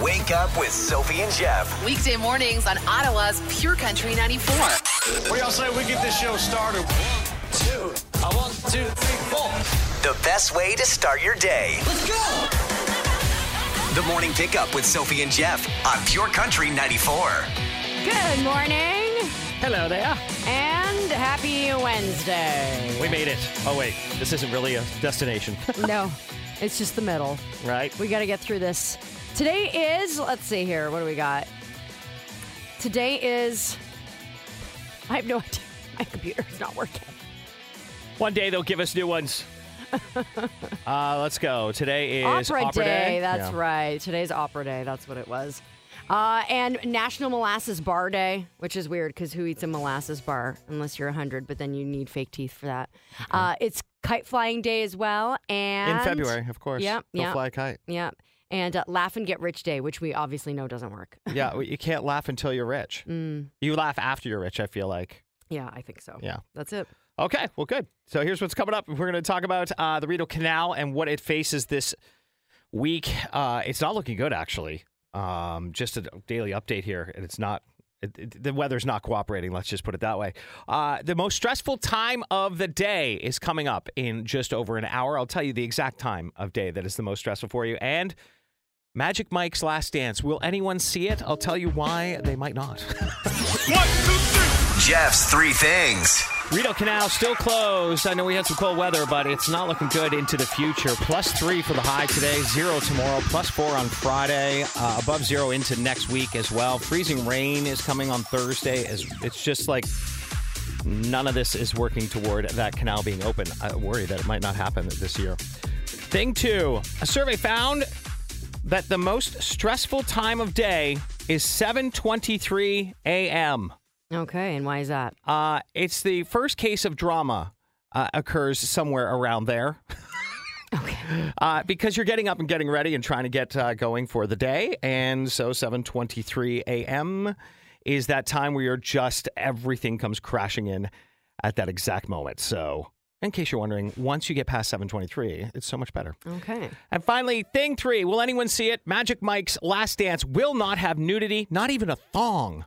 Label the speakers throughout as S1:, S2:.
S1: Wake up with Sophie and Jeff.
S2: Weekday mornings on Ottawa's Pure Country 94.
S3: What do y'all say we get this show started? One, two. I want two, three, four.
S1: The best way to start your day.
S3: Let's go.
S1: The morning pickup with Sophie and Jeff on Pure Country 94.
S4: Good morning
S5: Hello there.
S4: and happy Wednesday.
S5: We made it. Oh wait, this isn't really a destination,
S4: No, it's just the middle.
S5: right?
S4: We got to get through this. Today is, let's see here, what do we got? Today is, I have no idea. My computer's not working.
S5: One day they'll give us new ones. uh, let's go. Today is
S4: Opera,
S5: Opera
S4: Day. That's
S5: Yeah.
S4: right. Today's Opera Day. That's what it was. Uh, and National Molasses Bar Day, which is weird because who eats a molasses bar unless you're 100, but then you need fake teeth for that. Uh, it's Kite Flying Day as well. And
S6: in February, of course.
S4: Yep,
S6: Go
S4: yep.
S6: fly a kite.
S4: Yeah. And uh, laugh and get rich day, which we obviously know doesn't work.
S6: Yeah, well, you can't laugh until you're rich.
S4: Mm.
S6: You laugh after you're rich. I feel like.
S4: Yeah, I think so.
S6: Yeah.
S4: That's it.
S6: Okay, well, good. So here's what's coming up. We're going to talk about uh, the Rideau Canal and what it faces this week. Uh, it's not looking good, actually. Um, just a daily update here, and it's not. It, it- the weather's not cooperating. Let's just put it that way. Uh, the most stressful time of the day is coming up in just over an hour. I'll tell you the exact time of day that is the most stressful for you. And Magic Mike's Last Dance. Will anyone see it? I'll tell you why they might not.
S1: Jeff's three things.
S5: Rideau Canal still closed. I know we had some cold weather, but it's not looking good into the future. Plus three for the high today, zero tomorrow, plus four on Friday, uh, above zero into next week as well. Freezing rain is coming on Thursday. As it's just like none of this is working toward that canal being open. I worry that it might not happen this year. Thing two: a survey found that the most stressful time of day is 7:23 a.m.
S4: Okay. And why is that?
S6: Uh, it's the first case of drama uh, occurs somewhere around there. Uh, because you're getting up and getting ready and trying to get uh, going for the day, and so 7:23 a.m. is that time where you're just everything comes crashing in at that exact moment. So, in case you're wondering, once you get past 7:23, it's so much better.
S4: Okay.
S6: And finally, thing three: Will anyone see it? Magic Mike's Last Dance will not have nudity, not even a thong.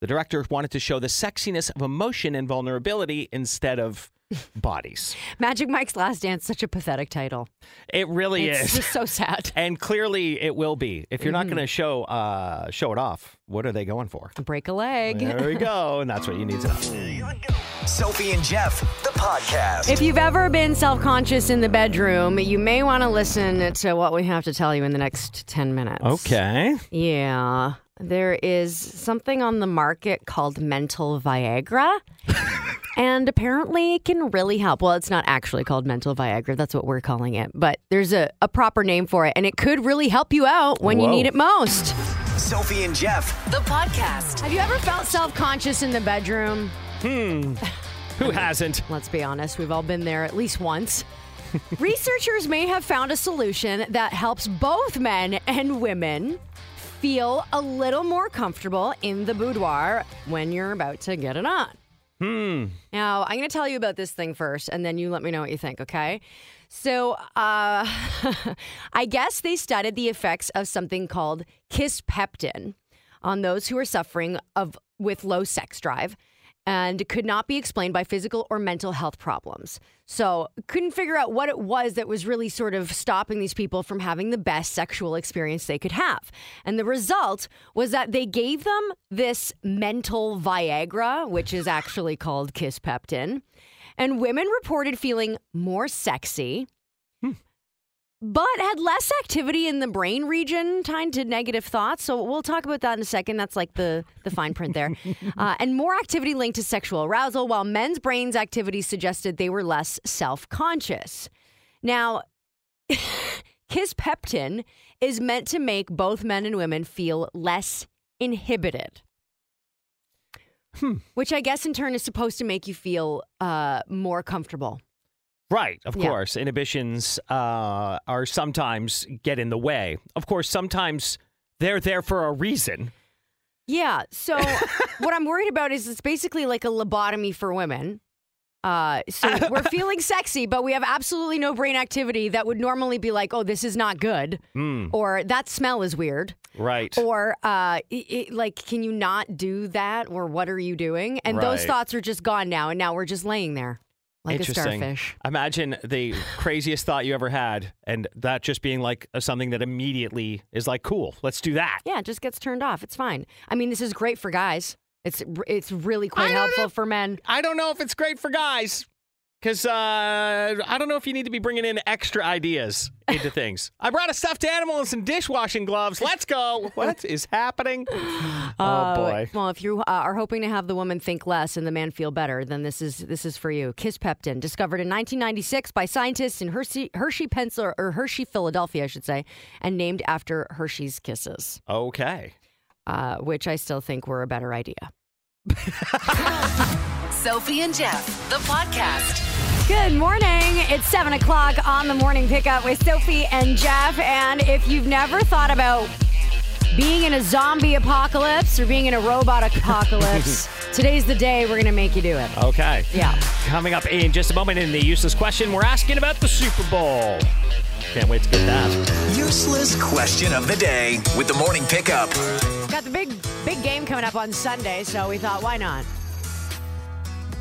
S6: The director wanted to show the sexiness of emotion and vulnerability instead of bodies.
S4: Magic Mike's Last Dance, such a pathetic title.
S6: It really
S4: It's
S6: is. Mm-hmm.
S4: just so sad.
S6: and clearly, it will be. If you're not going to show uh, show it off, what are they going for?
S4: Break a leg.
S6: There we go, and that's what you need to know.
S1: Sophie and Jeff, the podcast.
S4: If you've ever been self conscious in the bedroom, you may want to listen to what we have to tell you in the next 10 minutes.
S6: Okay.
S4: Yeah. There is something on the market called mental Viagra. and apparently it can really help. Well, it's not actually called mental Viagra. That's what we're calling it. But there's a, a proper name for it. And it could really help you out when you
S6: Whoa.
S4: need it most.
S1: Sophie and Jeff,
S2: The podcast.
S4: Have you ever felt self conscious in the bedroom?
S6: Who hasn't?
S4: Let's be honest, we've all been there at least once. Researchers may have found a solution that helps both men and women feel a little more comfortable in the boudoir when you're about to get it on. Hmm. Now, I'm going to tell you about this thing first, and then you let me know what you think, okay? So, uh, I guess they studied the effects of something called kiss peptin on those who are suffering of with low sex drive and could not be explained by physical or mental health problems. So, couldn't figure out what it was that was really sort of stopping these people from having the best sexual experience they could have. And the result was that they gave them this mental Viagra, which is actually called Kiss Peptin, and women reported feeling more sexy. But had less activity in the brain region tied to negative thoughts. So we'll talk about that in a second. That's like the, the fine print there. uh, and more activity linked to sexual arousal, while men's brains activity suggested they were less self conscious. Now, kispeptin is meant to make both men and women feel less inhibited. Which I guess in turn is supposed to make you feel uh, more comfortable.
S6: Right, of
S4: Yeah.
S6: course. Inhibitions uh, are sometimes get in the way. Of course, sometimes they're there for a reason.
S4: Yeah. So what I'm worried about is it's basically like a lobotomy for women. Uh, so we're feeling sexy, but we have absolutely no brain activity that would normally be like, oh, this is not good,
S6: Hmm.
S4: or that smell is weird,
S6: Right.
S4: or uh, i i like, can you not do that, or what are you doing? And those
S6: Right.
S4: thoughts are just gone now, and now we're just laying there like a
S6: Interesting.
S4: starfish.
S6: Imagine the craziest thought you ever had, and that just being like something that immediately is like, cool, let's do that.
S4: Yeah, it just gets turned off. It's fine. I mean, this is great for guys. It's it's really quite helpful for men.
S6: I don't know if it's great for guys because uh, I don't know if you need to be bringing in extra ideas into things. I brought a stuffed animal and some dishwashing gloves. Let's go. What is happening? oh, boy.
S4: Well, if you uh, are hoping to have the woman think less and the man feel better, then this is this is for you. Kiss peptin, discovered in 1996 by scientists in Hershey, Hershey, Pennsylvania, or Hershey, Philadelphia, I should say, and named after Hershey's Kisses,
S6: Okay.
S4: uh, which I still think were a better idea.
S2: Sophie and Jeff, the podcast.
S4: Good morning. It's seven o'clock on the morning pickup with Sophie and Jeff. And if you've never thought about being in a zombie apocalypse or being in a robot apocalypse, today's the day we're gonna make you do it.
S6: Okay.
S4: Yeah.
S6: Coming up in just a moment in the useless question, we're asking about the Super Bowl. Can't wait to get that.
S1: Useless question of the day with the morning pickup.
S4: Got the big big game coming up on Sunday, so we thought, why not?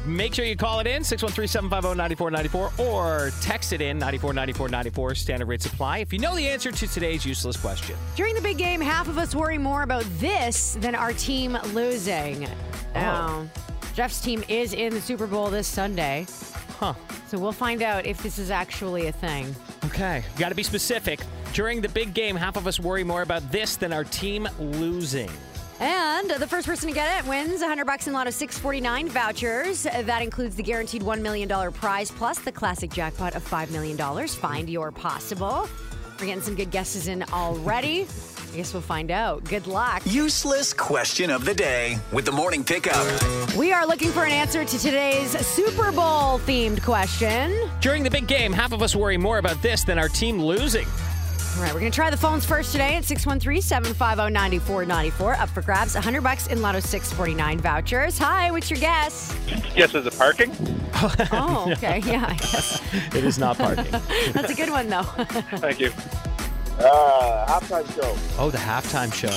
S6: Make sure you call it in oh, 613-750-9494 or text it in 949494 standard rate supply if you know the answer to today's useless question.
S4: During the big game, half of us worry more about this than our team losing. Now, Jeff's team is in the Super Bowl this Sunday,
S6: Huh.
S4: so we'll find out if this is actually a thing.
S6: Okay. Got to be specific. During the big game, half of us worry more about this than our team losing.
S4: And the first person to get it wins 100 bucks in a lot of 649 vouchers. That includes the guaranteed $1 million prize plus the classic jackpot of $5 million. Find your possible. We're getting some good guesses in already. I guess we'll find out. Good luck.
S1: Useless question of the day with the morning pickup.
S4: We are looking for an answer to today's Super Bowl themed question. All
S6: During the big game, half of us worry more about this than our team losing.
S4: right, we're going to try the phones first today at oh, 613-750-9494. Up for grabs, 100 bucks in Lotto 649 vouchers. Hi, what's your guess?
S7: Yes, is it parking?
S4: Oh, okay. Yeah, I guess.
S6: It is not parking.
S4: That's a good one, though.
S7: Thank you.
S8: Uh, halftime show.
S6: oh, the halftime show.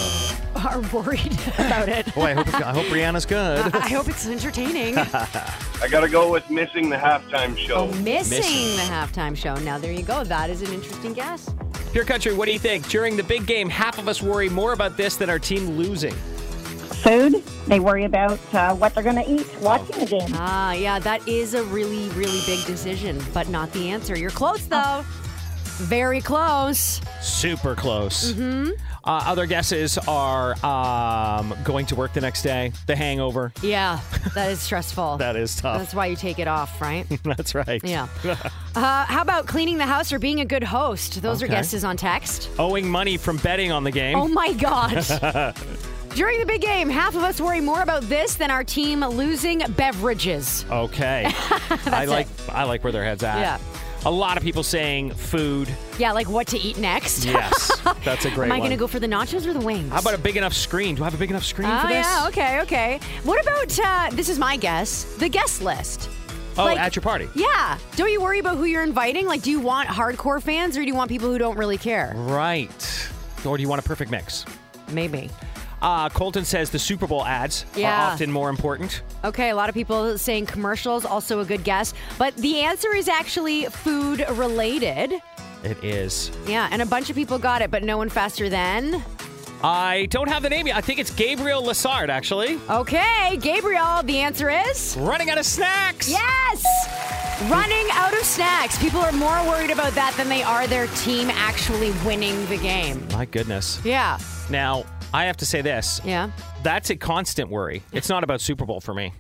S4: Are worried about it.
S6: Boy, I hope, I hope Rihanna's good.
S4: I hope it's entertaining.
S7: I gotta go with missing the halftime show.
S4: Oh, missing the halftime show. Now, there you go. That is an interesting guess.
S6: Pure Country, what do you think? During the big game, half of us worry more about this than our team losing.
S9: food. They worry about uh, what they're going to eat watching the game.
S4: Ah, yeah, that is a really, really big decision, but not the answer. You're close, though. Very close.
S6: Super close. Mm-hmm. Uh, other guesses are um, going to work the next day, the hangover.
S4: Yeah, that is stressful.
S6: That is tough.
S4: That's why you take it off, right?
S6: That's right.
S4: Yeah. Uh, how about cleaning the house or being a good host? Those are
S6: Okay.
S4: guesses on text.
S6: Owing money from betting on the game.
S4: Oh my gosh. During the big game, half of us worry more about this than our team losing beverages.
S6: Okay. I like I like where their heads at.
S4: Yeah.
S6: A lot of people saying food.
S4: Yeah, like what to eat next.
S6: Yes. That's a great
S4: Am I
S6: one.
S4: going to go for the nachos or the wings?
S6: How about a big enough screen? Do I have a big enough screen
S4: Oh
S6: for this?
S4: yeah, okay, okay. What about uh, this is my guess, the guest list.
S6: Oh,
S4: Like-
S6: at your party.
S4: Yeah. Don't you worry about who you're inviting? Like, do you want hardcore fans or do you want people who don't really care?
S6: Right. Or do you want a perfect mix?
S4: Maybe.
S6: Uh, Colton says the Super Bowl ads
S4: Yeah.
S6: are often more important.
S4: Okay, a lot of people saying commercials, also a good guess. But the answer is actually food related.
S6: It is.
S4: Yeah, and a bunch of people got it, but no one faster than.
S6: I don't have the name yet. I think it's Gabriel Lassard, actually.
S4: Okay, Gabriel, the answer is.
S6: Running out of snacks.
S4: Yes! Running out of snacks. People are more worried about that than they are their team actually winning the game.
S6: My goodness.
S4: Yeah.
S6: Now, I have to say this.
S4: Yeah.
S6: That's a constant worry. It's not about Super Bowl for me.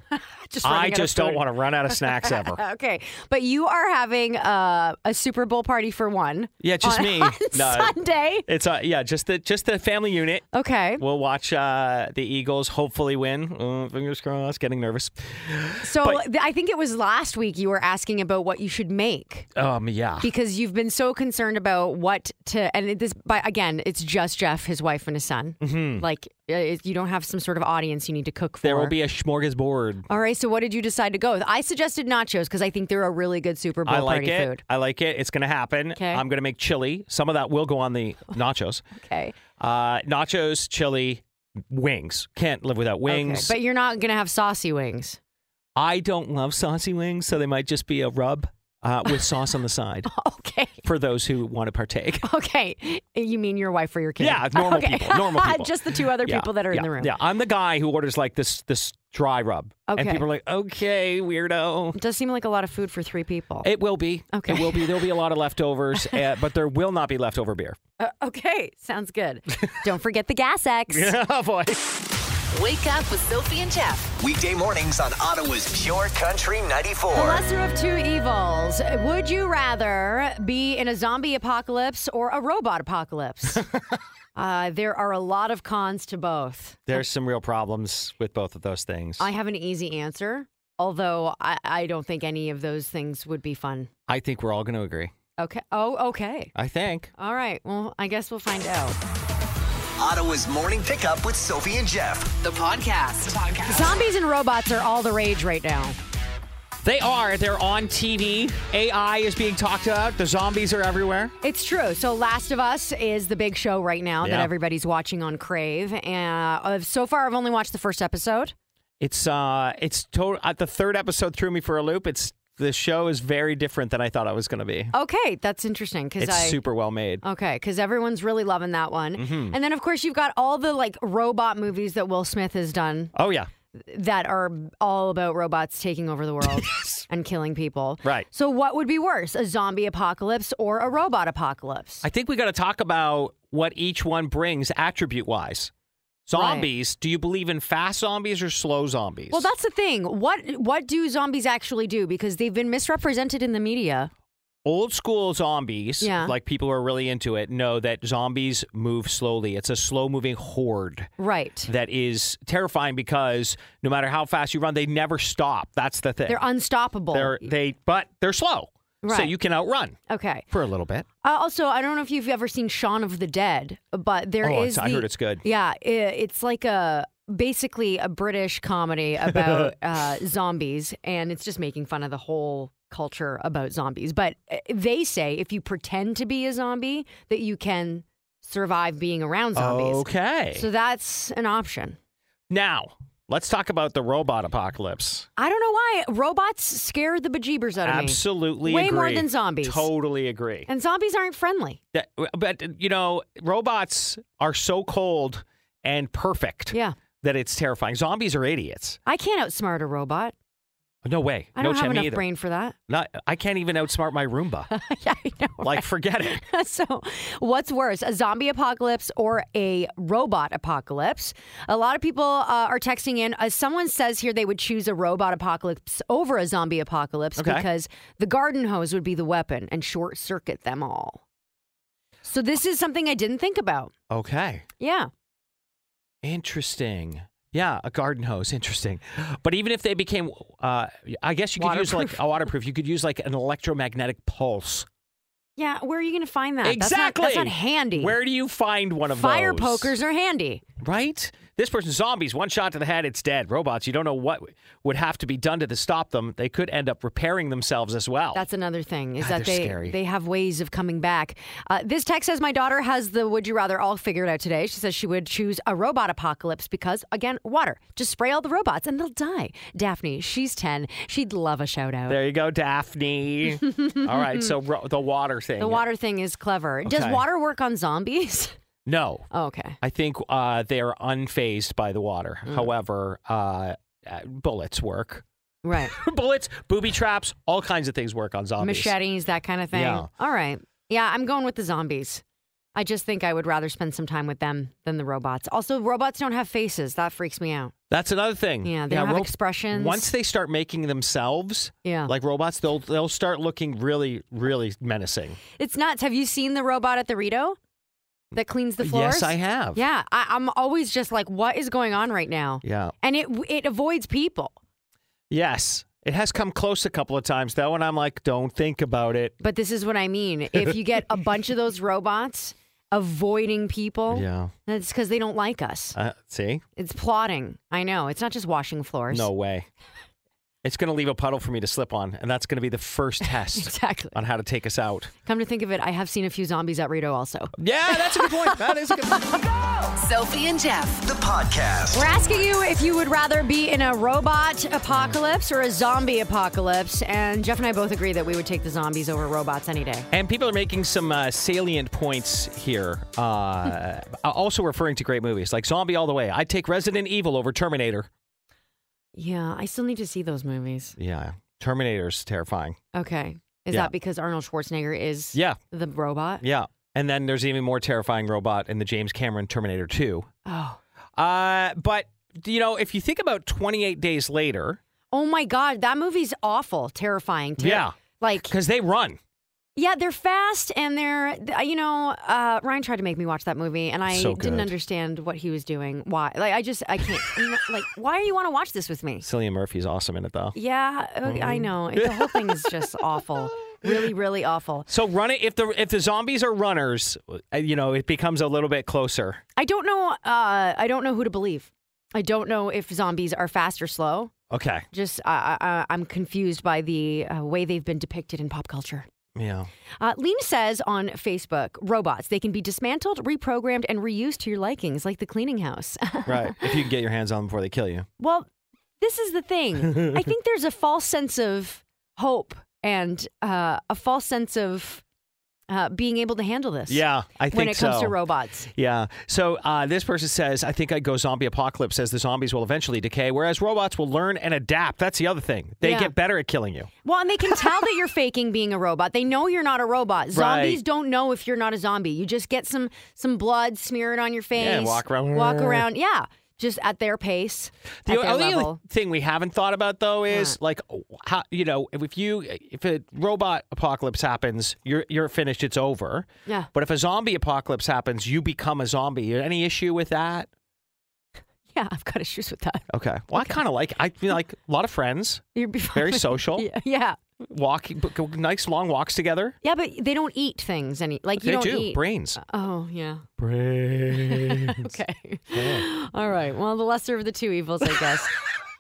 S4: Just
S6: I just don't want to run out of snacks ever.
S4: Okay, but you are having uh, a Super Bowl party for one.
S6: Yeah, just
S4: on-
S6: me.
S4: on
S6: No.
S4: Sunday.
S6: It's uh yeah, just the just the family unit.
S4: Okay,
S6: We'll watch uh, the Eagles hopefully win. Uh, fingers crossed. Getting nervous.
S4: so
S6: but-
S4: th- I think it was last week you were asking about what you should make
S6: Um, yeah.
S4: because you've been so concerned about what to and it- this. But again, it's just Jeff, his wife, and his son. Like uh, if you don't have some sort of audience you need to cook for.
S6: Mm-hmm. There will be a smorgasbord.
S4: All right, so what did you decide to go with? I suggested nachos because I think they're a really good Super Bowl
S6: I like
S4: party
S6: it.
S4: food.
S6: I like it. It's going to happen.
S4: 'Kay.
S6: I'm going to make chili. Some of that will go on the nachos.
S4: Okay.
S6: Uh, nachos, chili, wings. Can't live without wings.
S4: Okay, But you're not going to have saucy wings.
S6: I don't love saucy wings, so they might just be a rub uh, with sauce on the side
S4: Okay.
S6: for those who want to partake.
S4: Okay. You mean your wife or your kid?
S6: Yeah, normal
S4: okay.
S6: people. Normal people.
S4: Just the two other people that are in the room.
S6: Yeah, I'm the guy who orders like this this dry rub, and
S4: Okay.
S6: people are like, "Okay, weirdo."
S4: It does seem like a lot of food for three people.
S6: It will be.
S4: Okay.
S6: It will be. There'll be a lot of leftovers, uh, but there will not be leftover beer.
S4: Uh, okay, sounds good. Don't forget the gas X.
S6: oh boy.
S2: Wake up with Sophie and Jeff.
S1: Weekday mornings on Ottawa's Pure Country
S4: The
S1: 94.
S4: lesser of two evils. Would you rather be in a zombie apocalypse or a robot apocalypse? uh, there are a lot of cons to both.
S6: There's some real problems with both of those things.
S4: I have an easy answer, although I, I don't think any of those things would be fun.
S6: I think we're all going to agree.
S4: Okay. Oh, okay.
S6: I think.
S4: All right. Well, I guess we'll find out.
S1: Ottawa's morning pickup with Sophie and Jeff.
S2: The podcast.
S4: Zombies and robots are all the rage right now.
S6: They are. They're on TV. AI is being talked about. The zombies are everywhere.
S4: It's true. So, Last of Us is the big show right now that
S6: Yeah.
S4: everybody's watching on Crave. And uh, so far, I've only watched the first episode.
S6: It's uh it's total uh, the third episode threw me for a loop. It's the show is very different than I thought it was going to be.
S4: Okay, that's interesting because
S6: It's
S4: I.
S6: super well made.
S4: Okay, because everyone's really loving that one.
S6: Mm-hmm.
S4: And then, of course, you've got all the like robot movies that Will Smith has done
S6: Oh yeah.
S4: that are all about robots taking over the world and killing people.
S6: Right.
S4: So, what would be worse, a zombie apocalypse or a robot apocalypse?
S6: I think we got to talk about what each one brings attribute wise. Zombies, do you believe in fast zombies or slow zombies?
S4: well, that's the thing. What what do zombies actually do? Because they've been misrepresented in the media.
S6: old school zombies,
S4: Yeah.
S6: like people who are really into it, know that zombies move slowly. It's a slow moving horde.
S4: Right.
S6: That is terrifying because no matter how fast you run, they never stop. That's the thing.
S4: They're unstoppable.
S6: They're- they but they're slow, so
S4: Right.
S6: you can outrun
S4: okay.
S6: for a little bit.
S4: Uh, also, I don't know if you've ever seen Shaun of the Dead, but there
S6: Oh,
S4: is.
S6: it's- I
S4: the-
S6: heard it's good.
S4: Yeah, i it's like a basically a British comedy about uh, zombies, and it's just making fun of the whole culture about zombies. But uh, they say if you pretend to be a zombie, that you can survive being around zombies.
S6: Okay.
S4: So that's an option.
S6: now let's talk about the robot apocalypse.
S4: I don't know why robots scare the bejeebers out of me.
S6: Absolutely,
S4: way more
S6: agree.
S4: than zombies.
S6: Totally agree.
S4: And zombies aren't friendly.
S6: That- but you know, robots are so cold and perfect
S4: Yeah.
S6: that it's terrifying. Zombies are idiots.
S4: I can't outsmart a robot.
S6: No way.
S4: I don't
S6: no
S4: have
S6: chimney
S4: enough
S6: either.
S4: brain for that.
S6: Not, I can't even outsmart my Roomba.
S4: yeah, I know.
S6: like, forget it.
S4: so, what's worse, a zombie apocalypse or a robot apocalypse? A lot of people uh, are texting in. Uh, someone says here they would choose a robot apocalypse over a zombie apocalypse
S6: Okay.
S4: because the garden hose would be the weapon and short circuit them all. So, this is something I didn't think about.
S6: Okay.
S4: Yeah.
S6: Interesting. Yeah, a garden hose. Interesting. But even if they became, uh, I guess you could use like a waterproof. You could use like an electromagnetic pulse.
S4: Yeah. Where are you going to find that? That's not-
S6: exactly.
S4: That's not, handy.
S6: Where do you find one of
S4: Fire
S6: those?
S4: pokers are handy.
S6: Right? This person's zombies. One shot to the head, it's dead. Robots, you don't know what would have to be done to stop them. They could end up repairing themselves as well.
S4: That's another thing is
S6: God,
S4: that
S6: they're
S4: they
S6: scary.
S4: they have ways of coming back. Uh, this text says my daughter has the would you rather all figured out today. She says she would choose a robot apocalypse because again, water. Just spray all the robots and they'll die. Daphne, she's ten. She'd love a shout out.
S6: there you go, Daphne. All right, so ro- the water thing.
S4: the water thing is clever. Does
S6: Okay.
S4: water work on zombies?
S6: No.
S4: Oh, okay.
S6: I think uh, they are unfazed by the water.
S4: Hmm.
S6: However, uh, uh, bullets work.
S4: Right.
S6: bullets, booby traps, all kinds of things work on zombies.
S4: Machetes, that kind of thing.
S6: Yeah.
S4: All right. Yeah, I'm going with the zombies. I just think I would rather spend some time with them than the robots. Also, robots don't have faces. That freaks me out.
S6: That's another thing.
S4: Yeah, they don't have expressions.
S6: Once they start making themselves
S4: Yeah.
S6: like robots, they'll they'll start looking really really menacing.
S4: It's nuts. Have you seen the robot at the Rito that cleans the floors?
S6: Yes, I have.
S4: Yeah, I, I'm always just like, what is going on right now?
S6: Yeah.
S4: And it it avoids people,
S6: Yes. It has come close a couple of times though, and I'm like, don't think about it.
S4: but this is what I mean. If you get a bunch of those robots avoiding people.
S6: Yeah.
S4: That's because they don't like us.
S6: Uh, see?
S4: It's plotting. I know. It's not just washing floors.
S6: No way. It's going to leave a puddle for me to slip on, and that's going to be the first test
S4: Exactly.
S6: on how to take us out.
S4: Come to think of it, I have seen a few zombies at Rito also.
S6: Yeah, that's a good point. That is a good point.
S2: Sophie and Jeff.
S1: The podcast.
S4: We're asking you if you would rather be in a robot apocalypse or a zombie apocalypse. And Jeff and I both agree that we would take the zombies over robots any day.
S6: And people are making some uh, salient points here. Uh, also referring to great movies like Zombie All the Way. I'd take Resident Evil over Terminator.
S4: Yeah, I still need to see those movies.
S6: Yeah. Terminator's terrifying.
S4: Okay. Is
S6: Yeah.
S4: that because Arnold Schwarzenegger is
S6: Yeah.
S4: the robot?
S6: Yeah. And then there's even more terrifying robot in the James Cameron Terminator 2.
S4: Oh.
S6: Uh, but, you know, if you think about 28 days later,
S4: Oh my God, that movie's awful, terrifying. Ter-
S6: Yeah.
S4: Like,
S6: because they run.
S4: yeah, they're fast and they're, th- you know, uh, Ryan tried to make me watch that movie and I
S6: So
S4: didn't
S6: good.
S4: understand what he was doing. Why? Like, I just, I can't, you know, like, why do you want to watch this with me?
S6: Cillian Murphy's awesome in it, though.
S4: Yeah, uh, I
S6: Mm-hmm.
S4: know. The whole thing is just awful. Really, really awful.
S6: So run it if the if the zombies are runners, uh, you know it becomes a little bit closer.
S4: I don't know. Uh, I don't know who to believe. I don't know if zombies are fast or slow.
S6: Okay.
S4: Just uh, uh, I'm confused by the uh, way they've been depicted in pop culture.
S6: Yeah.
S4: Uh, Lean says on Facebook, robots they can be dismantled, reprogrammed, and reused to your likings, like the cleaning house.
S6: Right. if you can get your hands on them before they kill you.
S4: well, this is the thing. I think there's a false sense of hope and uh, a false sense of uh, being able to handle this.
S6: Yeah, I think
S4: when it comes
S6: so.
S4: to robots.
S6: Yeah. So uh, this person says, I think I'd go zombie apocalypse as the zombies will eventually decay, whereas robots will learn and adapt. That's the other thing. They
S4: Yeah.
S6: get better at killing you.
S4: Well, and they can tell that you're faking being a robot. They know you're not a robot. Zombies
S6: Right.
S4: don't know if you're not a zombie. You just get some some blood smeared on your face.
S6: Yeah, walk around.
S4: Walk around. Yeah, just at their pace,
S6: The
S4: at their
S6: only
S4: level.
S6: other thing we haven't thought about though is like how you know if you if a robot apocalypse happens, you're you're finished. It's over.
S4: Yeah.
S6: But if a zombie apocalypse happens, you become a zombie. Any issue with that?
S4: yeah, I've got issues with that.
S6: Okay. Well, I kind of like I feel like a lot of friends,
S4: You're be fine
S6: very
S4: with-
S6: social,
S4: Yeah, yeah,
S6: walking, b- go- nice long walks together.
S4: yeah, but they don't eat things any like you
S6: they
S4: don't
S6: do
S4: eat.
S6: brains.
S4: Oh yeah.
S6: Brains.
S4: Okay. All right. Well, the lesser of the two evils, I guess.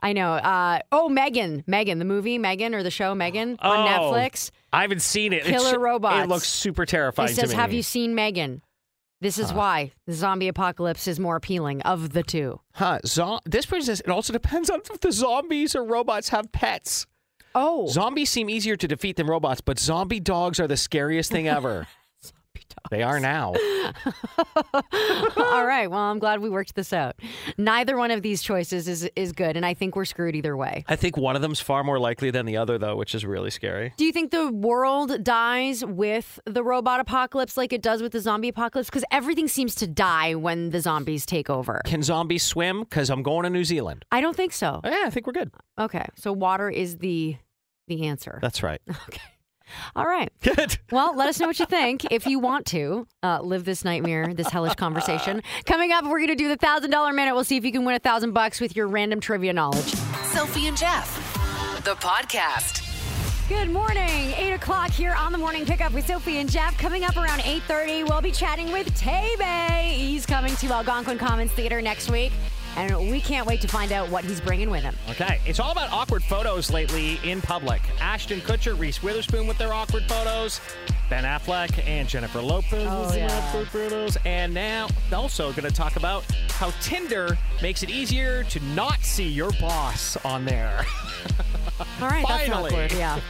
S4: I know. Uh, oh, Megan, Megan, the movie Megan or the show Megan on
S6: Oh.
S4: Netflix.
S6: I haven't seen it.
S4: Killer robots.
S6: It looks super terrifying
S4: It
S6: to
S4: says,
S6: me.
S4: "Have you seen Megan?" This is why the zombie apocalypse is more appealing of the two.
S6: Huh? Zo- this person says it also depends on if the zombies or robots have pets.
S4: Oh,
S6: Zombies seem easier to defeat than robots, but zombie dogs are the scariest thing ever. They are now.
S4: all right. Well, I'm glad we worked this out. Neither one of these choices is is good, and I think we're screwed either way.
S6: I think one of them's far more likely than the other, though, which is really scary.
S4: Do you think the world dies with the robot apocalypse like it does with the zombie apocalypse? Because everything seems to die when the zombies take over.
S6: Can zombies swim? Because I'm going to New Zealand.
S4: I don't think so.
S6: Oh, yeah, I think we're good.
S4: Okay, so water is the the answer.
S6: That's right.
S4: All right.
S6: Good.
S4: Well, let us know what you think if you want to uh, live this nightmare, this hellish conversation. Coming up, we're going to do the thousand dollar minute. We'll see if you can win a thousand bucks with your random trivia knowledge.
S2: Sophie and Jeff. The podcast.
S4: Good morning, eight o'clock here on the morning pickup with Sophie and Jeff. Coming up around eight thirty, we'll be chatting with Tay He's coming to Algonquin Commons Theater next week, and we can't wait to find out what he's bringing with him.
S6: Okay. It's all about awkward photos lately in public. Ashton Kutcher, Reese Witherspoon with their awkward photos, Ben Affleck and Jennifer Lopez
S4: Oh,
S6: with their
S4: yeah.
S6: awkward photos. And now also going to talk about how Tinder makes it easier to not see your boss on there.
S4: All right,
S6: Finally.
S4: that's awkward. Yeah.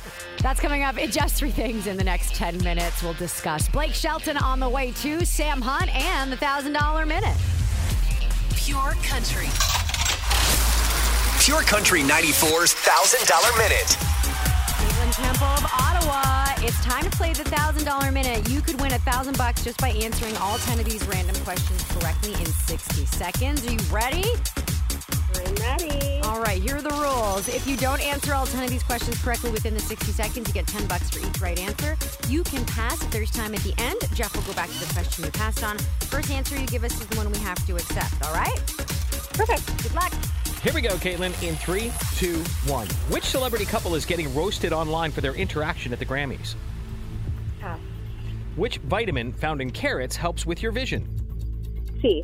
S4: That's coming up. It just three things in the next 10 minutes. We'll discuss Blake Shelton on the way to Sam Hunt and the $1,000 minute.
S2: Pure country.
S1: Pure Country 94's $1,000 Minute.
S4: Cleveland Temple of Ottawa. It's time to play the $1,000 minute. You could win a 1000 bucks just by answering all 10 of these random questions correctly in 60 seconds. Are you ready?
S9: I'm ready.
S4: All right, here are the rules. If you don't answer all 10 of these questions correctly within the 60 seconds, you get 10 bucks for each right answer. You can pass if there's time at the end. Jeff will go back to the question you passed on. First answer you give us is the one we have to accept, all right? Perfect. Good luck.
S6: Here we go, Caitlin, in three, two, one. Which celebrity couple is getting roasted online for their interaction at the Grammys?
S9: Pass.
S6: Which vitamin found in carrots helps with your vision?
S9: C.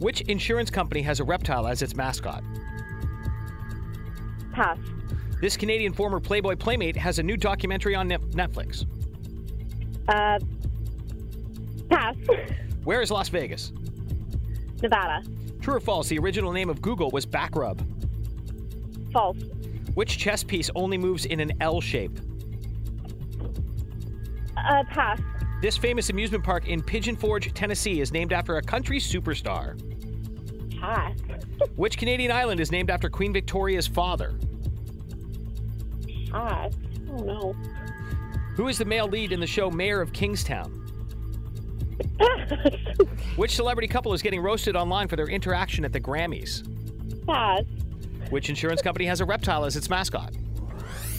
S6: Which insurance company has a reptile as its mascot?
S9: Pass.
S6: This Canadian former Playboy Playmate has a new documentary on Nef- Netflix.
S9: Uh, pass.
S6: Where is Las Vegas?
S9: Nevada.
S6: True or false, the original name of Google was Backrub.
S9: False.
S6: Which chess piece only moves in an L shape?
S9: Uh, pass.
S6: This famous amusement park in Pigeon Forge, Tennessee is named after a country superstar.
S9: Pass.
S6: Which Canadian island is named after Queen Victoria's father?
S9: Pass. Oh no.
S6: Who is the male lead in the show Mayor of Kingstown?
S9: Pass.
S6: Which celebrity couple is getting roasted online for their interaction at the Grammys?
S9: Pass.
S6: Which insurance company has a reptile as its mascot?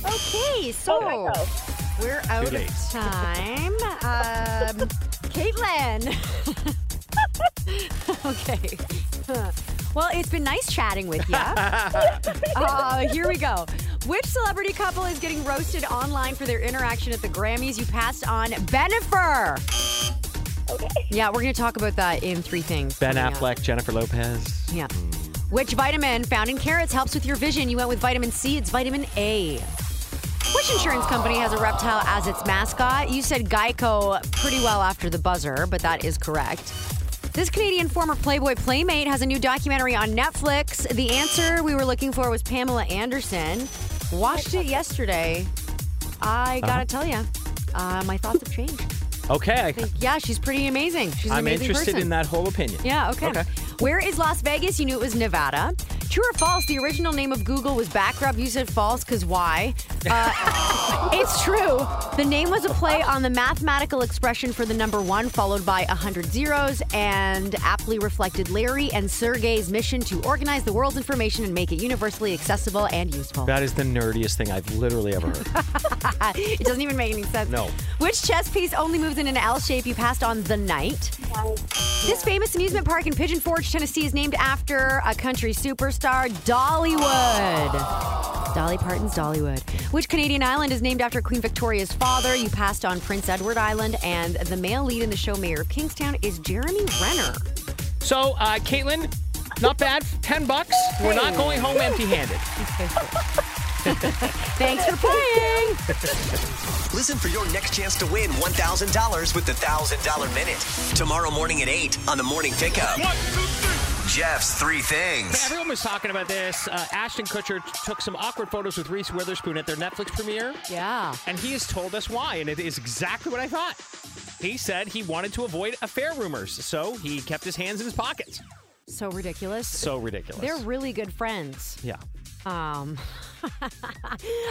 S4: Okay,
S9: Oh,
S4: so we're out
S6: late.
S4: of time. Um, Caitlin. okay. Well, it's been nice chatting with you. uh, here we go. Which celebrity couple is getting roasted online for their interaction at the Grammys? You passed on Benifer.
S9: Okay.
S4: Yeah, we're going to talk about that in three things.
S5: Ben
S4: coming up.
S5: Affleck, Jennifer Lopez.
S4: Yeah.
S5: Hmm.
S4: Which vitamin found in carrots helps with your vision? You went with vitamin C, it's vitamin A. Which insurance company has a reptile as its mascot? You said Geico pretty well after the buzzer, but that is correct. This Canadian former Playboy Playmate has a new documentary on Netflix. The answer we were looking for was Pamela Anderson. Watched it yesterday. I
S5: Uh-huh.
S4: gotta tell you, uh, my thoughts have changed.
S5: Okay,
S4: Like, yeah, she's pretty amazing. She's an
S5: I'm
S4: amazing
S5: interested
S4: person.
S5: in that whole opinion.
S4: Yeah, okay.
S5: Okay.
S4: Where is Las Vegas? You knew it was Nevada. True or false? The original name of Google was Backrub. You said false because why? Uh, it's true. The name was a play on the mathematical expression for the number one, followed by 100 zeros, and aptly reflected Larry and Sergey's mission to organize the world's information and make it universally accessible and useful.
S5: That is the nerdiest thing I've literally ever heard.
S4: it doesn't even make any sense.
S5: No.
S4: Which chess piece only moves in an L shape? You passed on the knight. This famous amusement park in Pigeon Forge, Tennessee is named after a country superstar, Dollywood. Dolly Parton's Dollywood. Which Canadian island is named after Queen Victoria's father? You passed on Prince Edward Island, and the male lead in the show Mayor of Kingstown is Jeremy Renner.
S6: So, uh, Caitlin, not bad. Ten bucks. We're not going home empty-handed.
S4: Thanks for playing.
S1: Listen for your next chance to win $1,000 with the $1,000 Minute. Tomorrow morning at 8 on the Morning Pickup. Jeff's Three Things.
S6: Everyone was talking about this. Uh, Ashton Kutcher t- took some awkward photos with Reese Witherspoon at their Netflix premiere,
S4: Yeah.
S6: and he has told us why, and it is exactly what I thought. He said he wanted to avoid affair rumors, so he kept his hands in his pockets.
S4: So ridiculous.
S5: so ridiculous.
S4: They're really good friends.
S5: yeah.
S4: Um,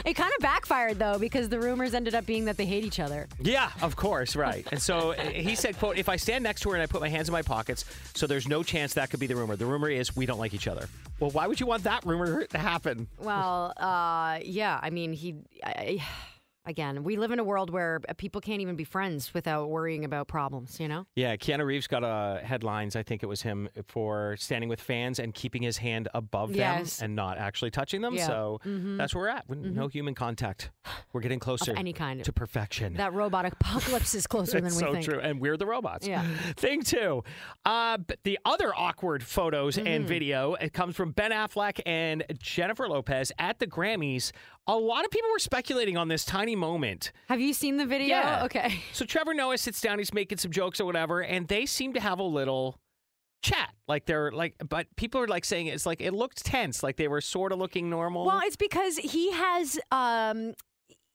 S4: it kind of backfired though because the rumors ended up being that they hate each other.
S6: Yeah, of course, right. And so uh, he said, quote, if I stand next to her and I put my hands in my pockets, so there's no chance that could be the rumor. The rumor is we don't like each other. Well, why would you want that rumor to happen?
S4: Well, uh, yeah. I mean, he. I, again, we live in a world where people can't even be friends without worrying about problems. You know.
S6: Yeah, Keanu Reeves got uh, headlines. I think it was him uh, for standing with fans and keeping his hand above
S4: Yes.
S6: them and not actually touching them.
S4: Yeah. Mm-hmm.
S6: So that's where we're at. With No human contact. We're getting closer
S4: any kind.
S6: to perfection.
S4: That robot apocalypse is closer than
S6: That's
S4: we
S6: so
S4: think.
S6: true. And we're the robots.
S4: Yeah.
S6: Thing two. Uh, but the other awkward photos and
S4: Mm-hmm.
S6: video, it comes from Ben Affleck and Jennifer Lopez at the Grammys. A lot of people were speculating on this tiny moment.
S4: Have you seen the video?
S6: Yeah.
S4: Okay.
S6: So Trevor Noah sits down, he's making some jokes or whatever, and they seem to have a little chat. Like they're like, but people are like saying it's like it looked tense, like they were sort of looking normal.
S4: Well, it's because he has um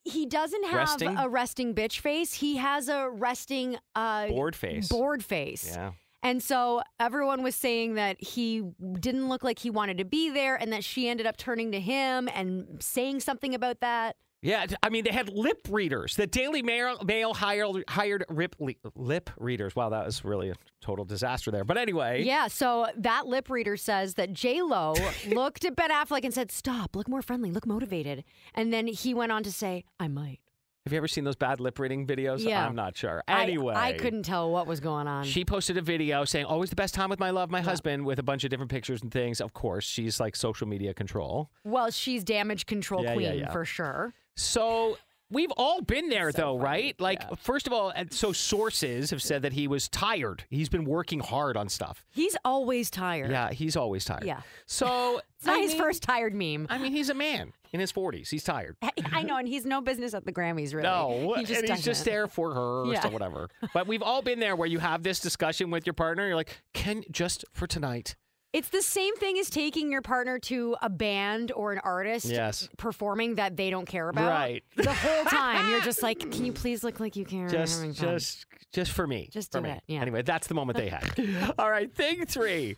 S4: he doesn't have
S5: Resting?
S4: a resting bitch face. He has a resting uh
S6: Bored face.
S4: Bored face.
S5: Yeah.
S4: And so everyone was saying that he didn't look like he wanted to be there and that she ended up turning to him and saying something about that.
S6: Yeah, I mean they had lip readers. The Daily Mail, Mail hired hired rip, li- lip readers. Wow, that was really a total disaster there. But anyway,
S4: Yeah, so that lip reader says that J Lo looked at Ben Affleck and said, Stop, look more friendly, look motivated. And then he went on to say, I might.
S6: have you ever seen those bad lip reading videos?
S4: Yeah.
S6: I'm not sure.
S4: I-
S6: Anyway,
S4: I, couldn't tell what was going on.
S6: She posted a video saying, "Always the best time with my love, my husband," with a bunch of different pictures and things. Of course, she's like social media control.
S4: Well, she's damage control
S6: Yeah, yeah,
S4: queen
S6: yeah.
S4: for sure.
S6: So we've all been there though, right? Like, first of all, and so sources have said that he was tired. He's been working hard on stuff.
S4: He's always tired.
S6: Yeah, he's always tired.
S4: Yeah.
S6: So
S4: It's not
S6: I
S4: his
S6: mean-
S4: first tired meme.
S6: I mean, he's a man in his forties. He's tired.
S4: I, I know, and he's no business at the Grammys, really.
S6: No,
S4: he just
S6: and he's just
S4: doesn't.
S6: there for her or
S4: Yeah.
S6: so whatever. But we've all been there where you have this discussion with your partner. You're like, can just for tonight.
S4: It's the same thing as taking your partner to a band or an artist
S6: Yes.
S4: performing that they don't care about.
S6: Right.
S4: The whole time you're just like, can you please look like you care? We're
S6: Just,
S4: having fun."
S6: just, just for me.
S4: Just
S6: for
S4: do
S6: me.
S4: it, yeah.
S6: Anyway, that's the moment they had. All right. Thing three,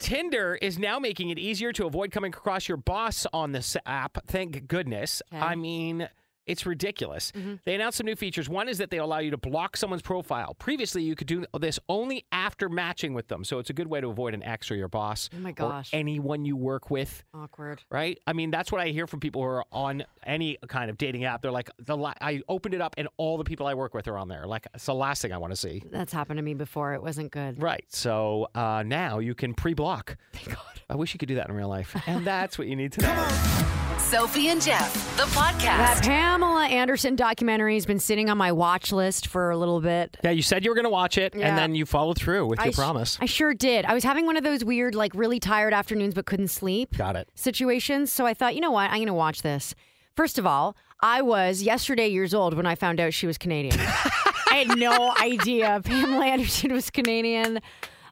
S6: Tinder is now making it easier to avoid coming across your boss on this app. Thank goodness. I mean. It's ridiculous.
S4: Mm-hmm.
S6: They announced some new features. One is that they allow you to block someone's profile. Previously, you could do this only after matching with them. So it's a good way to avoid an ex or your boss.
S4: Oh my
S6: or
S4: gosh.
S6: anyone you work with
S4: awkward.
S6: right? I mean, that's what I hear from people who are on any kind of dating app. They're like, the la- I opened it up and all the people I work with are on there. Like, it's the last thing I want to see.
S4: That's happened to me before. It wasn't good.
S6: Right. So uh, now you can pre block. Thank God. I wish you could do that in real life. And that's what you need to know.
S2: Sophie and Jeff, the
S4: That
S2: podcast.
S4: Pamela Anderson documentary has been sitting on my watch list for a little bit.
S6: Yeah, you said you were going to watch it
S4: Yeah.
S6: and then you followed through with
S4: I
S6: your
S4: sh-
S6: promise.
S4: I sure did. I was having one of those weird, like really tired afternoons but couldn't sleep.
S6: Got it.
S4: situations. So I thought, you know what? I'm going to watch this. First of all, I was yesterday years old when I found out she was Canadian. I had no idea Pamela Anderson was Canadian.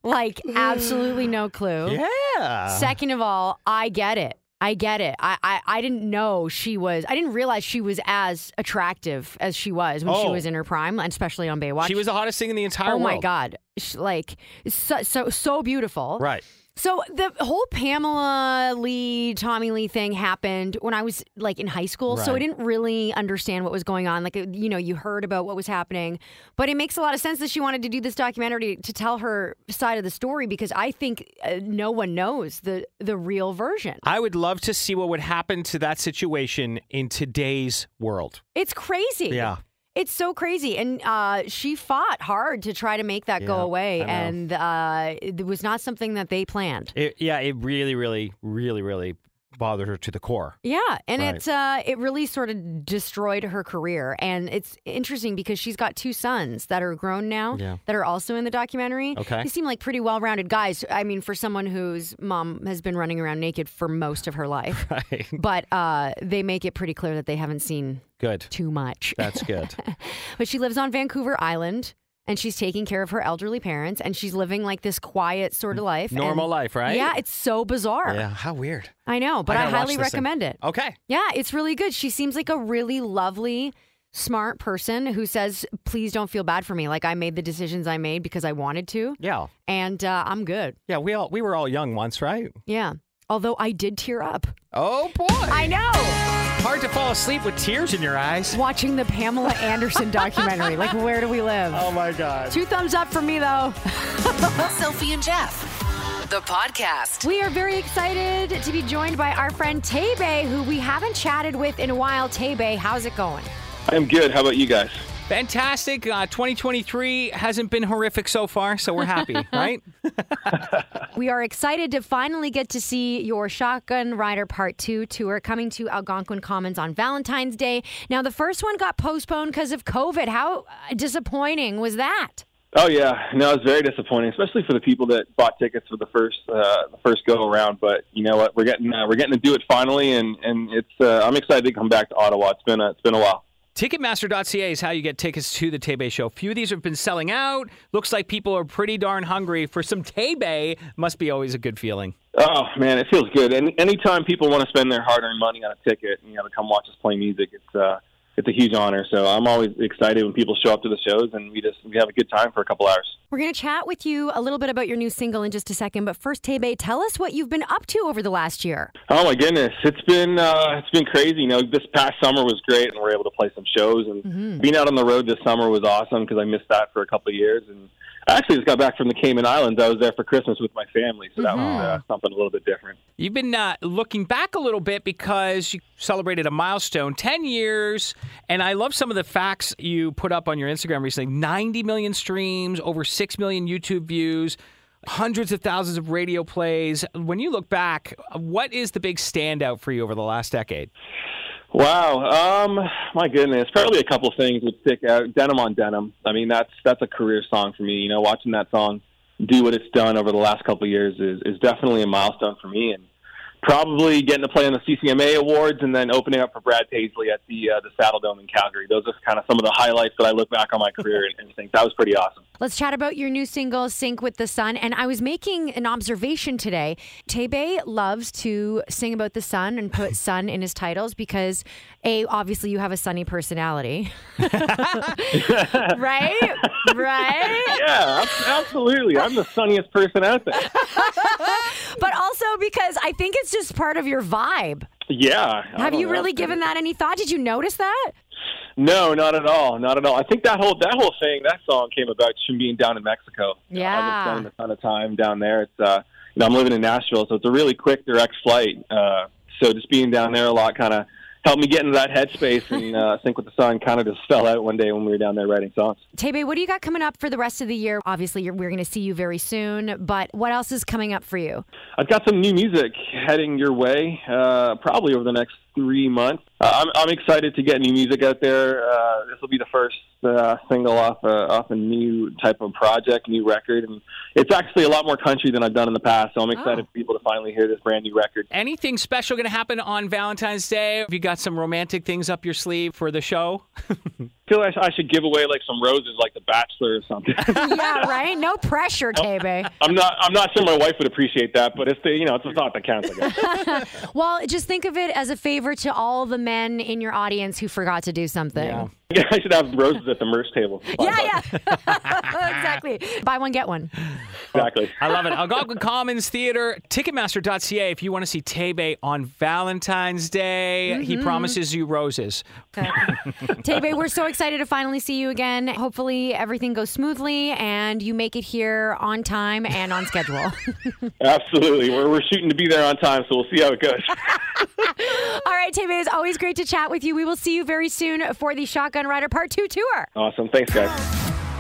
S4: Like, absolutely no clue.
S6: Yeah.
S4: Second of all, I get it. I get it. I, I, I didn't know she was, I didn't realize she was as attractive as she was when she
S6: Oh.
S4: was in her prime, and especially on Baywatch.
S6: She was the hottest thing in the entire
S4: Oh
S6: world.
S4: my God. She, like, so, so, so beautiful.
S6: Right.
S4: So the whole Pamela Lee, Tommy Lee thing happened when I was like in high school. So I
S6: Right.
S4: didn't really understand what was going on. Like, you know, you heard about what was happening, but it makes a lot of sense that she wanted to do this documentary to tell her side of the story because I think uh, no one knows the the real version.
S6: I would love to see what would happen to that situation in today's world.
S4: It's crazy.
S6: Yeah.
S4: It's so crazy. And uh, she fought hard to try to make that go
S6: Yeah,
S4: away.
S6: I know.
S4: And uh, it was not something that they planned.
S6: It, yeah, it really, really, really, really bothered her to the core.
S4: Yeah, and
S6: Right.
S4: it's uh, it really sort of destroyed her career, and it's interesting because she's got two sons that are grown now
S6: Yeah.
S4: that are also in the documentary.
S6: Okay.
S4: they seem like pretty well-rounded guys. I mean, for someone whose mom has been running around naked for most of her life,
S6: Right.
S4: but uh, they make it pretty clear that they haven't seen
S6: Good.
S4: too much.
S6: That's good.
S4: but she lives on Vancouver Island. And she's taking care of her elderly parents, and she's living like this quiet sort of life. and-
S6: Normal life, right?
S4: Yeah, it's so bizarre.
S6: yeah. How weird.
S4: I know, but I,
S6: gotta watch
S4: highly
S6: this thing.
S4: recommend it.
S6: Okay.
S4: Yeah, it's really good. She seems like a really lovely, smart person who says, please don't feel bad for me. Like, I made the decisions I made because I wanted to,
S6: Yeah.
S4: and uh, I'm good.
S6: Yeah. We all we were all young once, right?
S4: Yeah. Although I did tear up.
S6: Oh boy.
S4: I know.
S6: Hard to fall asleep with tears in your eyes.
S4: Watching the Pamela Anderson documentary. Like, where do we live?
S6: Oh my god.
S4: Two thumbs up for me, though.
S2: Sophie and Jeff, the podcast.
S4: We are very excited to be joined by our friend Tebe, who we haven't chatted with in a while. Tebe, how's it going?
S7: I'm good. How about you guys?
S6: Fantastic. Uh, 2023 hasn't been horrific so far, so we're happy, right?
S4: We are excited to finally get to see your Shotgun Rider Part 2 tour coming to Algonquin Commons on Valentine's Day. Now, the first one got postponed because of COVID. How uh, disappointing was that?
S7: Oh yeah, no, it's very disappointing, especially for the people that bought tickets for the first uh, the first go around. But you know what? We're getting uh, we're getting to do it finally, and and it's uh, I'm excited to come back to Ottawa. It's been a, it's been a while.
S6: Ticketmaster.ca is how you get tickets to the Tebe show. Few of these have been selling out. Looks like people are pretty darn hungry for some Tebe. Must be always a good feeling.
S7: Oh man, it feels good. And anytime people want to spend their hard-earned money on a ticket and you know to come watch us play music, it's uh, it's a huge honor. So I'm always excited when people show up to the shows, and we just we have a good time for a couple hours.
S4: We're going to chat with you a little bit about your new single in just a second. But first, Tebe, tell us what you've been up to over the last year.
S7: Oh my goodness, it's been uh, it's been crazy. You know, this past summer was great, and we are able to play some shows. And being out on the road this summer was awesome because I missed that for a couple of years. And I actually just got back from the Cayman Islands. I was there for Christmas with my family, so that was uh, something a little bit different.
S6: You've been uh, looking back a little bit because you celebrated a milestone 10 years. And I love some of the facts you put up on your Instagram recently 90 million streams, over 6 million YouTube views, hundreds of thousands of radio plays. When you look back, what is the big standout for you over the last decade?
S7: Wow, um, my goodness, probably a couple things would stick out. Denim on denim. I mean, that's that's a career song for me. You know, watching that song do what it's done over the last couple of years is is definitely a milestone for me, and probably getting to play on the CCMA awards, and then opening up for Brad Paisley at the uh, the Saddle Dome in Calgary. Those are kind of some of the highlights that I look back on my career and, and think that was pretty awesome.
S4: Let's chat about your new single, Sync with the Sun. And I was making an observation today. Tebe loves to sing about the sun and put sun in his titles because, A, obviously you have a sunny personality. right? Right?
S7: Yeah, ab- absolutely. I'm the sunniest person out there.
S4: But also because I think it's just part of your vibe.
S7: Yeah. I
S4: Have
S7: don't
S4: you
S7: know.
S4: really given that any thought? Did you notice that?
S7: No, not at all. Not at all. I think that whole that whole thing, that song came about from being down in Mexico. You know,
S4: Yeah.
S7: I just spent a ton of time down there. It's uh you know, I'm living in Nashville, so it's a really quick direct flight. Uh so just being down there a lot kinda helped me get into that headspace and uh sync with the sun kinda just fell out one day when we were down there writing songs.
S4: Tebe, what do you got coming up for the rest of the year? Obviously, you're, we're going to see you very soon, but what else is coming up for you?
S7: I've got some new music heading your way, uh, probably over the next three months. Uh, I'm, I'm excited to get new music out there. Uh, this will be the first uh, single off a, off a new type of project, new record, and it's actually a lot more country than I've done in the past. So I'm
S4: Oh.
S7: excited for people to finally hear this brand new record.
S6: Anything special going to happen on Valentine's Day? Have you got some romantic things up your sleeve for the show?
S7: I feel like I should give away like some roses, like The Bachelor or something.
S4: yeah, right? No pressure, Tebe.
S7: I'm not I'm not sure my wife would appreciate that, but it's the you know it's the thought that counts. I guess.
S4: Well, just think of it as a favor to all the men in your audience who forgot to do something. Yeah,
S7: I should have roses at the merch table.
S4: yeah. exactly. Buy one, get one.
S7: exactly.
S6: I love it. Algonquin Commons Theater, Ticketmaster.ca. If you want to see Tebe on Valentine's Day, he promises you roses.
S4: Tebe, we're so excited to finally see you again. Hopefully, everything goes smoothly and you make it here on time and on schedule.
S7: Absolutely. We're we're shooting to be there on time, so we'll see how it goes.
S4: all right, Tebe, it's always great to chat with you. We will see you very soon for the Shotgun Rider Part 2 tour.
S7: Awesome. Thanks, guys.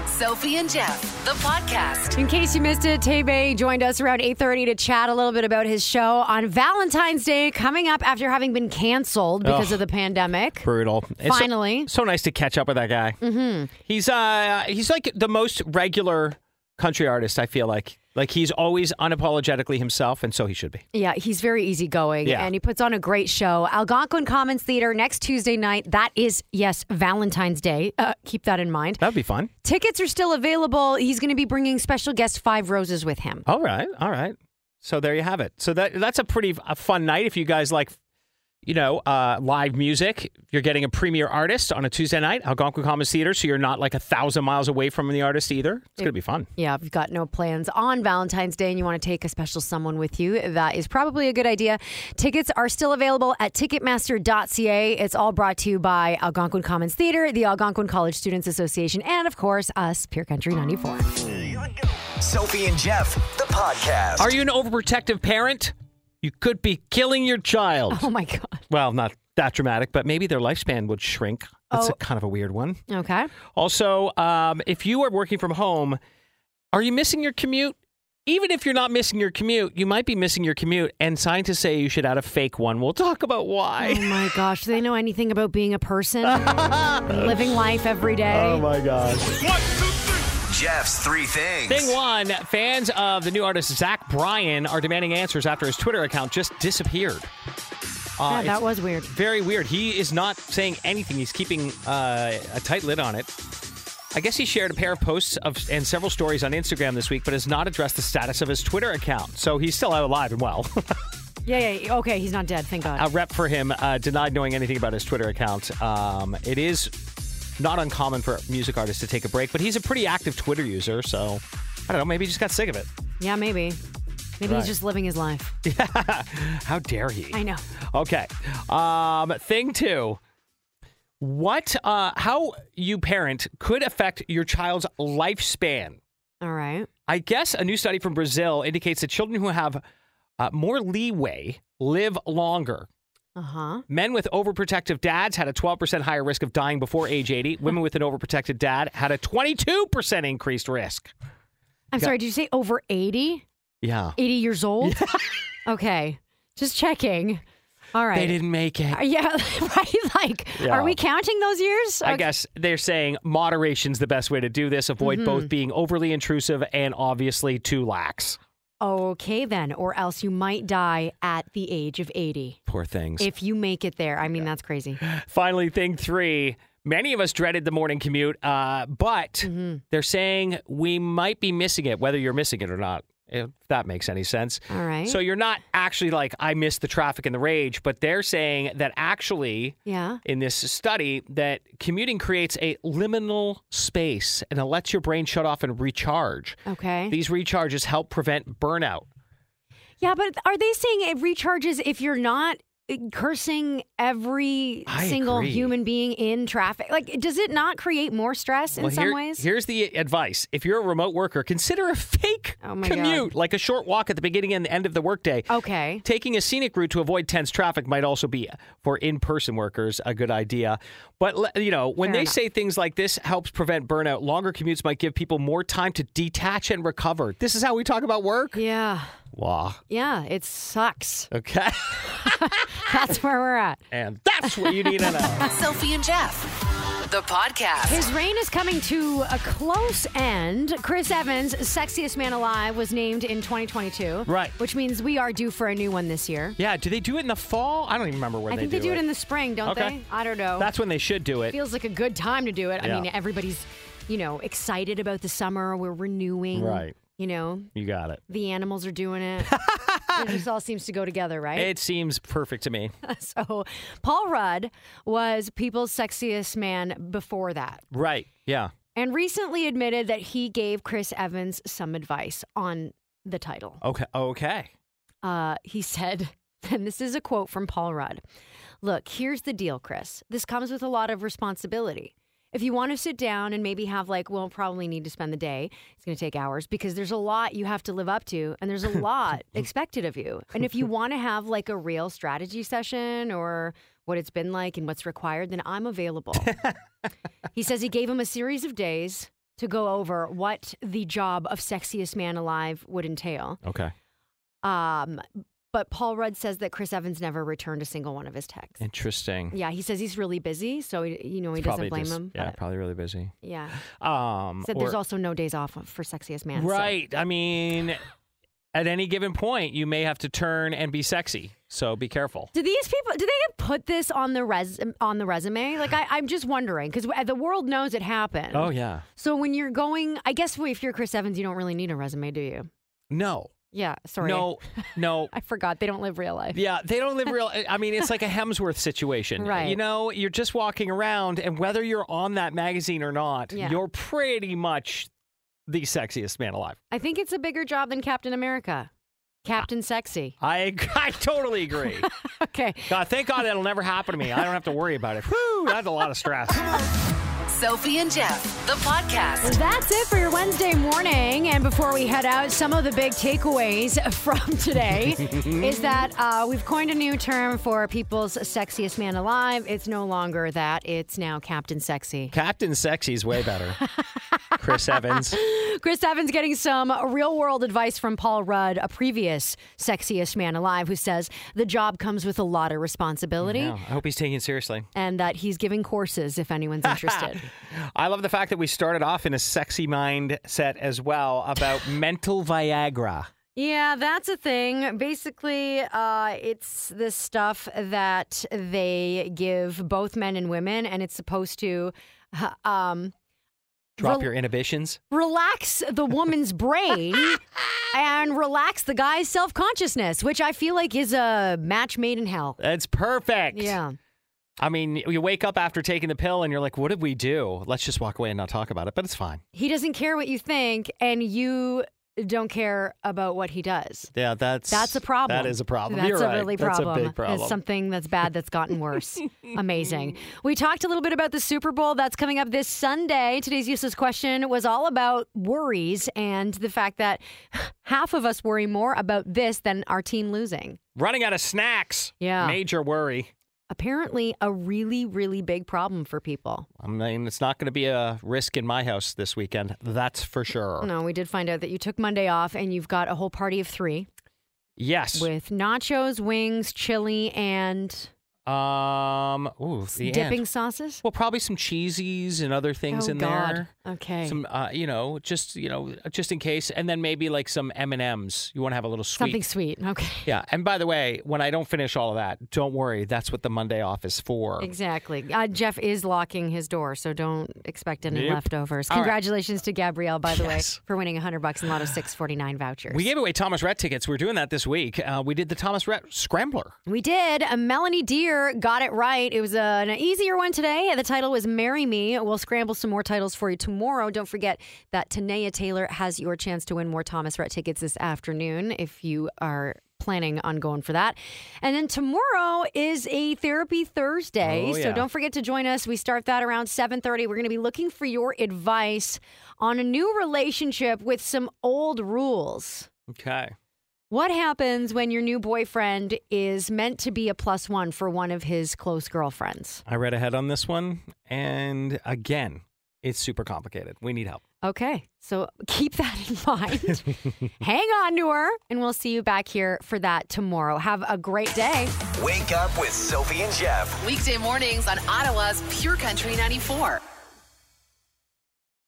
S2: Sophie and Jeff, the podcast.
S4: In case you missed it, Tebe joined us around 8:30 to chat a little bit about his show on Valentine's Day coming up after having been canceled because of the pandemic.
S6: Brutal. It's so-
S4: Finally.
S6: so, nice to catch up with that guy. Mm-hmm. He's uh he's like the most regular country artist. I feel like like he's always unapologetically himself, and so he should be.
S4: Yeah, he's very easygoing
S6: Yeah.
S4: and he puts on a great show. Algonquin Commons Theater next Tuesday night. That is, yes, Valentine's Day. Uh, keep that in mind.
S6: That'd be fun.
S4: Tickets are still available. He's going to be bringing special guest Five Roses with him.
S6: All right, all right. So there you have it. So that that's a pretty a fun night if you guys like, you know, uh, live music. You're getting a premier artist on a Tuesday night, Algonquin Commons Theater, so you're not like a thousand miles away from the artist either. It's gonna be fun.
S4: Yeah, if you've got no plans on Valentine's Day and you want to take a special someone with you, that is probably a good idea. Tickets are still available at Ticketmaster.ca. It's all brought to you by Algonquin Commons Theater, the Algonquin College Students Association, and of course, us, Pure Country 94.
S1: Sophie and Jeff, the podcast.
S6: Are you an overprotective parent? You could be killing your child.
S4: Oh my God.
S6: Well, not that dramatic, but maybe their lifespan would shrink. That's a kind of a weird one.
S4: Okay.
S6: Also, um, if you are working from home, are you missing your commute? Even if you're not missing your commute, you might be missing your commute. And scientists say you should add a fake one. We'll talk about
S4: Oh
S6: why.
S4: my gosh. Do they know anything about being a person? Living life every day.
S6: Oh
S1: Jeff's three things.
S6: Thing one fans of the new artist Zach Bryan are demanding answers after his Twitter account just disappeared. Uh,
S4: yeah,
S6: it's-
S4: that was weird.
S6: Very weird. He is not saying anything. He's keeping uh, a tight lid on it. I guess he shared a pair of posts of, and several stories on Instagram this week, but has not addressed the status of his Twitter account. So he's still out alive and well.
S4: Yeah, yeah. Okay, he's not dead. Thank God.
S6: a rep for him uh, denied knowing anything about his Twitter account. Um, it is not uncommon for music artists to take a break, but he's a pretty active Twitter user. So I don't know. Maybe he just got sick of it.
S4: yeah, maybe. Maybe he's just living his life.
S6: How dare he?
S4: I know.
S6: Okay. Um, thing two. What, uh, how you parent could affect your child's lifespan.
S4: All right.
S6: I guess a new study from Brazil indicates that children who have uh, more leeway live longer.
S4: Uh huh.
S6: Men with overprotective dads had a 12% higher risk of dying before age 80. Women with an overprotective dad had a 22% increased risk.
S4: I'm sorry, did you say over 80?
S6: Yeah.
S4: 80 years old? okay. Just checking. All right.
S6: They didn't make it.
S4: Yeah, right. Like,
S6: Yeah.
S4: are we counting those years?
S6: I guess they're saying moderation's the best way to do this. Avoid both being overly intrusive and obviously too lax.
S4: Okay, then, or else you might die at the age of 80.
S6: Poor things.
S4: If you make it there, I mean, that's crazy.
S6: Finally, thing three. Many of us dreaded the morning commute, uh, but
S4: Mm-hmm.
S6: they're saying we might be missing it, whether you're missing it or not, if that makes any sense.
S4: All right.
S6: So you're not actually like, I miss the traffic and the rage, but they're saying that actually,
S4: Yeah.
S6: in this study, that commuting creates a liminal space and it lets your brain shut off and recharge.
S4: Okay.
S6: These recharges help prevent burnout.
S4: yeah, but are they saying it recharges if you're not eh, cursing every
S6: I
S4: single
S6: agree.
S4: human being in traffic? Like, does it not create more stress in
S6: Well,
S4: some
S6: here-
S4: ways?
S6: Here's the advice. If you're a remote worker, consider a fake
S4: Oh my God. Oh.
S6: commute, like a short walk at the beginning and the end of the workday.
S4: Okay.
S6: Taking a scenic route to avoid tense traffic might also be, for in person workers, a good idea. But, le- you know, when
S4: Fair
S6: they
S4: enough.
S6: say things like this helps prevent burnout, longer commutes might give people more time to detach and recover. This is how we talk about work?
S4: Yeah.
S6: Wow.
S4: Yeah, it sucks.
S6: Okay.
S4: That's where we're at.
S6: and that's what you need to know.
S2: Sophie and Jeff, the podcast.
S4: His reign is coming to a close end. Chris Evans, Sexiest Man Alive, was named in 2022.
S6: Right.
S4: Which means we are due for a new one this year.
S6: Yeah, do they do it in the fall? I don't even remember when
S4: I
S6: they
S4: think they do it in the spring, don't
S6: Okay.
S4: they? I don't know.
S6: That's when they should do it.
S4: feels like a good time to do it.
S6: Yeah.
S4: I mean, everybody's, you know, excited about the summer. We're renewing.
S6: Right.
S4: You know,
S6: You got it.
S4: the animals are doing it. it just all seems to go together, right?
S6: It seems perfect to me.
S4: so, Paul Rudd was People's Sexiest Man before that.
S6: Right. Yeah.
S4: and recently admitted that he gave Chris Evans some advice on the title.
S6: Okay. Okay.
S4: Uh, he said, and this is a quote from Paul Rudd Look, here's the deal, Chris. This comes with a lot of responsibility. If you want to sit down and maybe have, like, we'll probably need to spend the day, it's going to take hours because there's a lot you have to live up to and there's a lot expected of you. And if you want to have, like, a real strategy session or what it's been like and what's required, then I'm available. He says he gave him a series of days to go over what the job of sexiest man alive would entail.
S6: Okay.
S4: Um, but Paul Rudd says that Chris Evans never returned a single one of his texts.
S6: Interesting.
S4: Yeah, he says he's really busy, so he, you know he doesn't blame
S6: just-
S4: him.
S6: Yeah,
S4: but-
S6: probably really busy.
S4: yeah.
S6: Um,
S4: Said there's
S6: or-
S4: also no days off for sexiest man. so-
S6: right. I mean, at any given point, you may have to turn and be sexy. So be careful.
S4: Do these people? Do they put this on the res on the resume? Like I, I'm just wondering because the world knows it happened.
S6: Oh, yeah.
S4: So when you're going, I guess if you're Chris Evans, you don't really need a resume, do you?
S6: No.
S4: Yeah. Sorry.
S6: No. No.
S4: I forgot they don't live real life.
S6: Yeah, they don't live real. I mean, it's like a Hemsworth situation.
S4: Right.
S6: You know, you're just walking around, and whether you're on that magazine or not,
S4: Yeah.
S6: you're pretty much the sexiest man alive.
S4: I think it's a bigger job than Captain America. Captain Sexy.
S6: I, I totally agree.
S4: Okay.
S6: God, thank God that'll never happen to me. I don't have to worry about it. Whew, that's a lot of stress.
S2: Sophie and Jeff, the podcast.
S4: That's it for your Wednesday morning. And before we head out, some of the big takeaways from today is that uh, we've coined a new term for people's sexiest man alive. It's no longer that, it's now Captain Sexy.
S6: Captain Sexy's way better. Chris Evans.
S4: Chris Evans getting some real world advice from Paul Rudd, a previous sexiest man alive, who says the job comes with a lot of responsibility
S6: I hope he's taking it seriously.
S4: and that he's giving courses if anyone's interested.
S6: I love the fact that we started off in a sexy mindset as well about mental Viagra.
S4: Yeah, that's a thing. Basically, uh, it's this stuff that they give both men and women, and it's supposed to uh, um,
S6: Drop
S4: Rel-
S6: your inhibitions.
S4: relax the woman's brain and relax the guy's self consciousness, which I feel like is a match made in hell.
S6: That's perfect.
S4: Yeah.
S6: I mean, you wake up after taking the pill and you're like, what did we do? Let's just walk away and not talk about it, but it's fine.
S4: He doesn't care what you think, and you don't care about what he does.
S6: Yeah, that's
S4: That's a problem.
S6: That is a problem.
S4: That's
S6: You're
S4: a
S6: right.
S4: really
S6: That's
S4: problem.
S6: a big problem.
S4: It's something that's bad that's gotten worse. Amazing. We talked a little bit about the Super Bowl that's coming up this Sunday. Today's useless question was all about worries and the fact that half of us worry more about this than our team losing.
S6: Running out of snacks.
S4: Yeah.
S6: Major worry.
S4: Apparently, a really, really big problem for people.
S6: I mean, it's not going to be a risk in my house this weekend. That's for sure.
S4: No, we did find out that you took Monday off and you've got a whole party of three.
S6: Yes.
S4: with nachos, wings, chili, and
S6: um. Ooh, the and.
S4: dipping sauces.
S6: Well, probably some cheesies and other things
S4: oh
S6: in
S4: God.
S6: there.
S4: Okay.
S6: Some, uh, you know, just you know, just in case, and then maybe like some M and M's. You want to have a little sweet.
S4: Something sweet. Okay.
S6: Yeah. And by the way, when I don't finish all of that, don't worry. That's what the Monday off is for.
S4: Exactly. Uh, Jeff is locking his door, so don't expect any
S6: Nope.
S4: leftovers.
S6: All right.
S4: Congratulations to Gabrielle, by the
S6: Yes.
S4: way, for winning 100 bucks in Lotto 649 vouchers.
S6: We gave away Thomas Rhett tickets. We're doing that this week. Uh, we did the Thomas Rhett Scrambler.
S4: We did. Uh, Melanie Deer got it right. It was uh, an easier one today. Uh, The title was Marry Me. We'll scramble some more titles for you tomorrow. Don't forget that Tanea Taylor has your chance to win more Thomas Rhett tickets this afternoon if you are planning on going for that. And then tomorrow is a therapy Thursday,
S6: Oh,
S4: so
S6: yeah.
S4: don't forget to join us. We start that around 7:30. We're going to be looking for your advice on a new relationship with some old rules.
S6: Okay.
S4: What happens when your new boyfriend is meant to be a plus one for one of his close girlfriends?
S6: I read ahead on this one, and again, it's super complicated. We need help.
S4: Okay, so keep that in mind. Hang on to her, and we'll see you back here for that tomorrow. Have a great day.
S1: Wake up with Sophie and Jeff.
S2: Weekday mornings on Ottawa's Pure Country 94.